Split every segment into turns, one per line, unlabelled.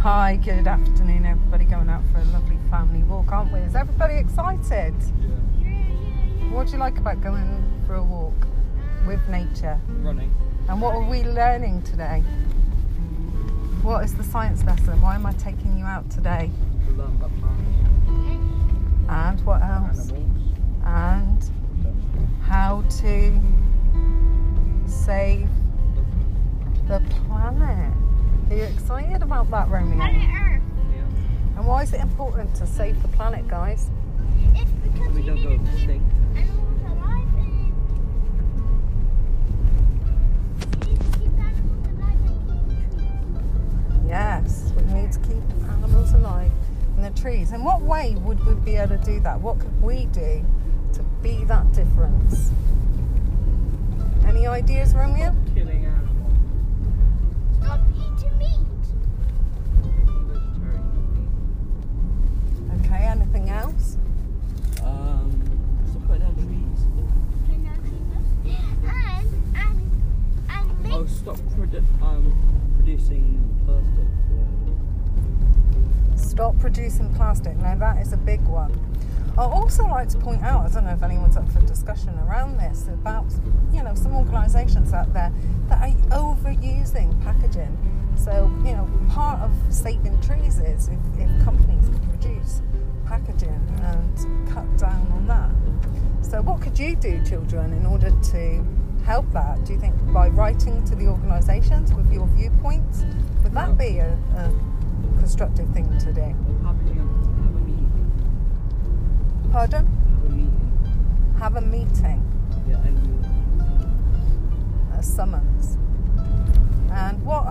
Hi, good afternoon, everybody. Going out for a lovely family walk, aren't we? Is everybody excited?
Yeah.
What do you like about going for a walk with nature?
Running.
And what are we learning today? What is the science lesson? Why am I taking you out today?
We learn about plants,
And what else?
animals,
And how to save the planet. Are you excited about that, Romeo?
Planet Earth.
yeah.
And why is it important to save the planet, guys?
It's because
We
we
don't
need
go
to keep
extinct.
animals alive and we need to keep animals alive and keep trees.
Yes, we need to keep animals alive and the trees. In what way would we be able to do that? What could we do to be that difference? Any ideas, Romeo?
Killing animals.
Stop eating meat.
Vegetarian.
Okay, anything else?
Um, stop cutting down trees.
Can I clean up? And and and make
Oh, stop produ- um, producing uh, plastic. For,
Stop producing plastic. Now, that is a big one. I'd also like to point out, I don't know if anyone's up for discussion around this, about, you know, some organisations out there that are overusing packaging. So, you know, part of saving trees is if, if companies could reduce packaging and cut down on that. So, what could you do, children, in order to help that? Do you think by writing to the organisations with your viewpoints, would that be a, a constructive thing to do?
or having a, have a meeting.
Pardon?
Have a meeting.
have a meeting,
Yeah, and
a summons. And what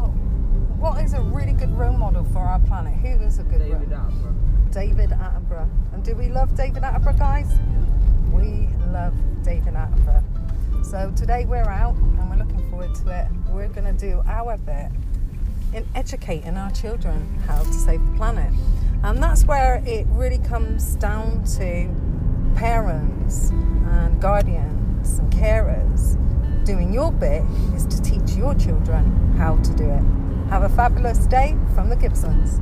what is a really good role model for our planet? Who is a good
David
role?
Attenborough.
David Attenborough. And do we love David Attenborough, guys? We love David Attenborough. So today we're out and we're looking forward to it. We're going to do our bit in educating our children how to save the planet. And that's where it really comes down to parents and guardians and carers. Doing your bit is to teach your children how to do it. Have a fabulous day from the Gibsons.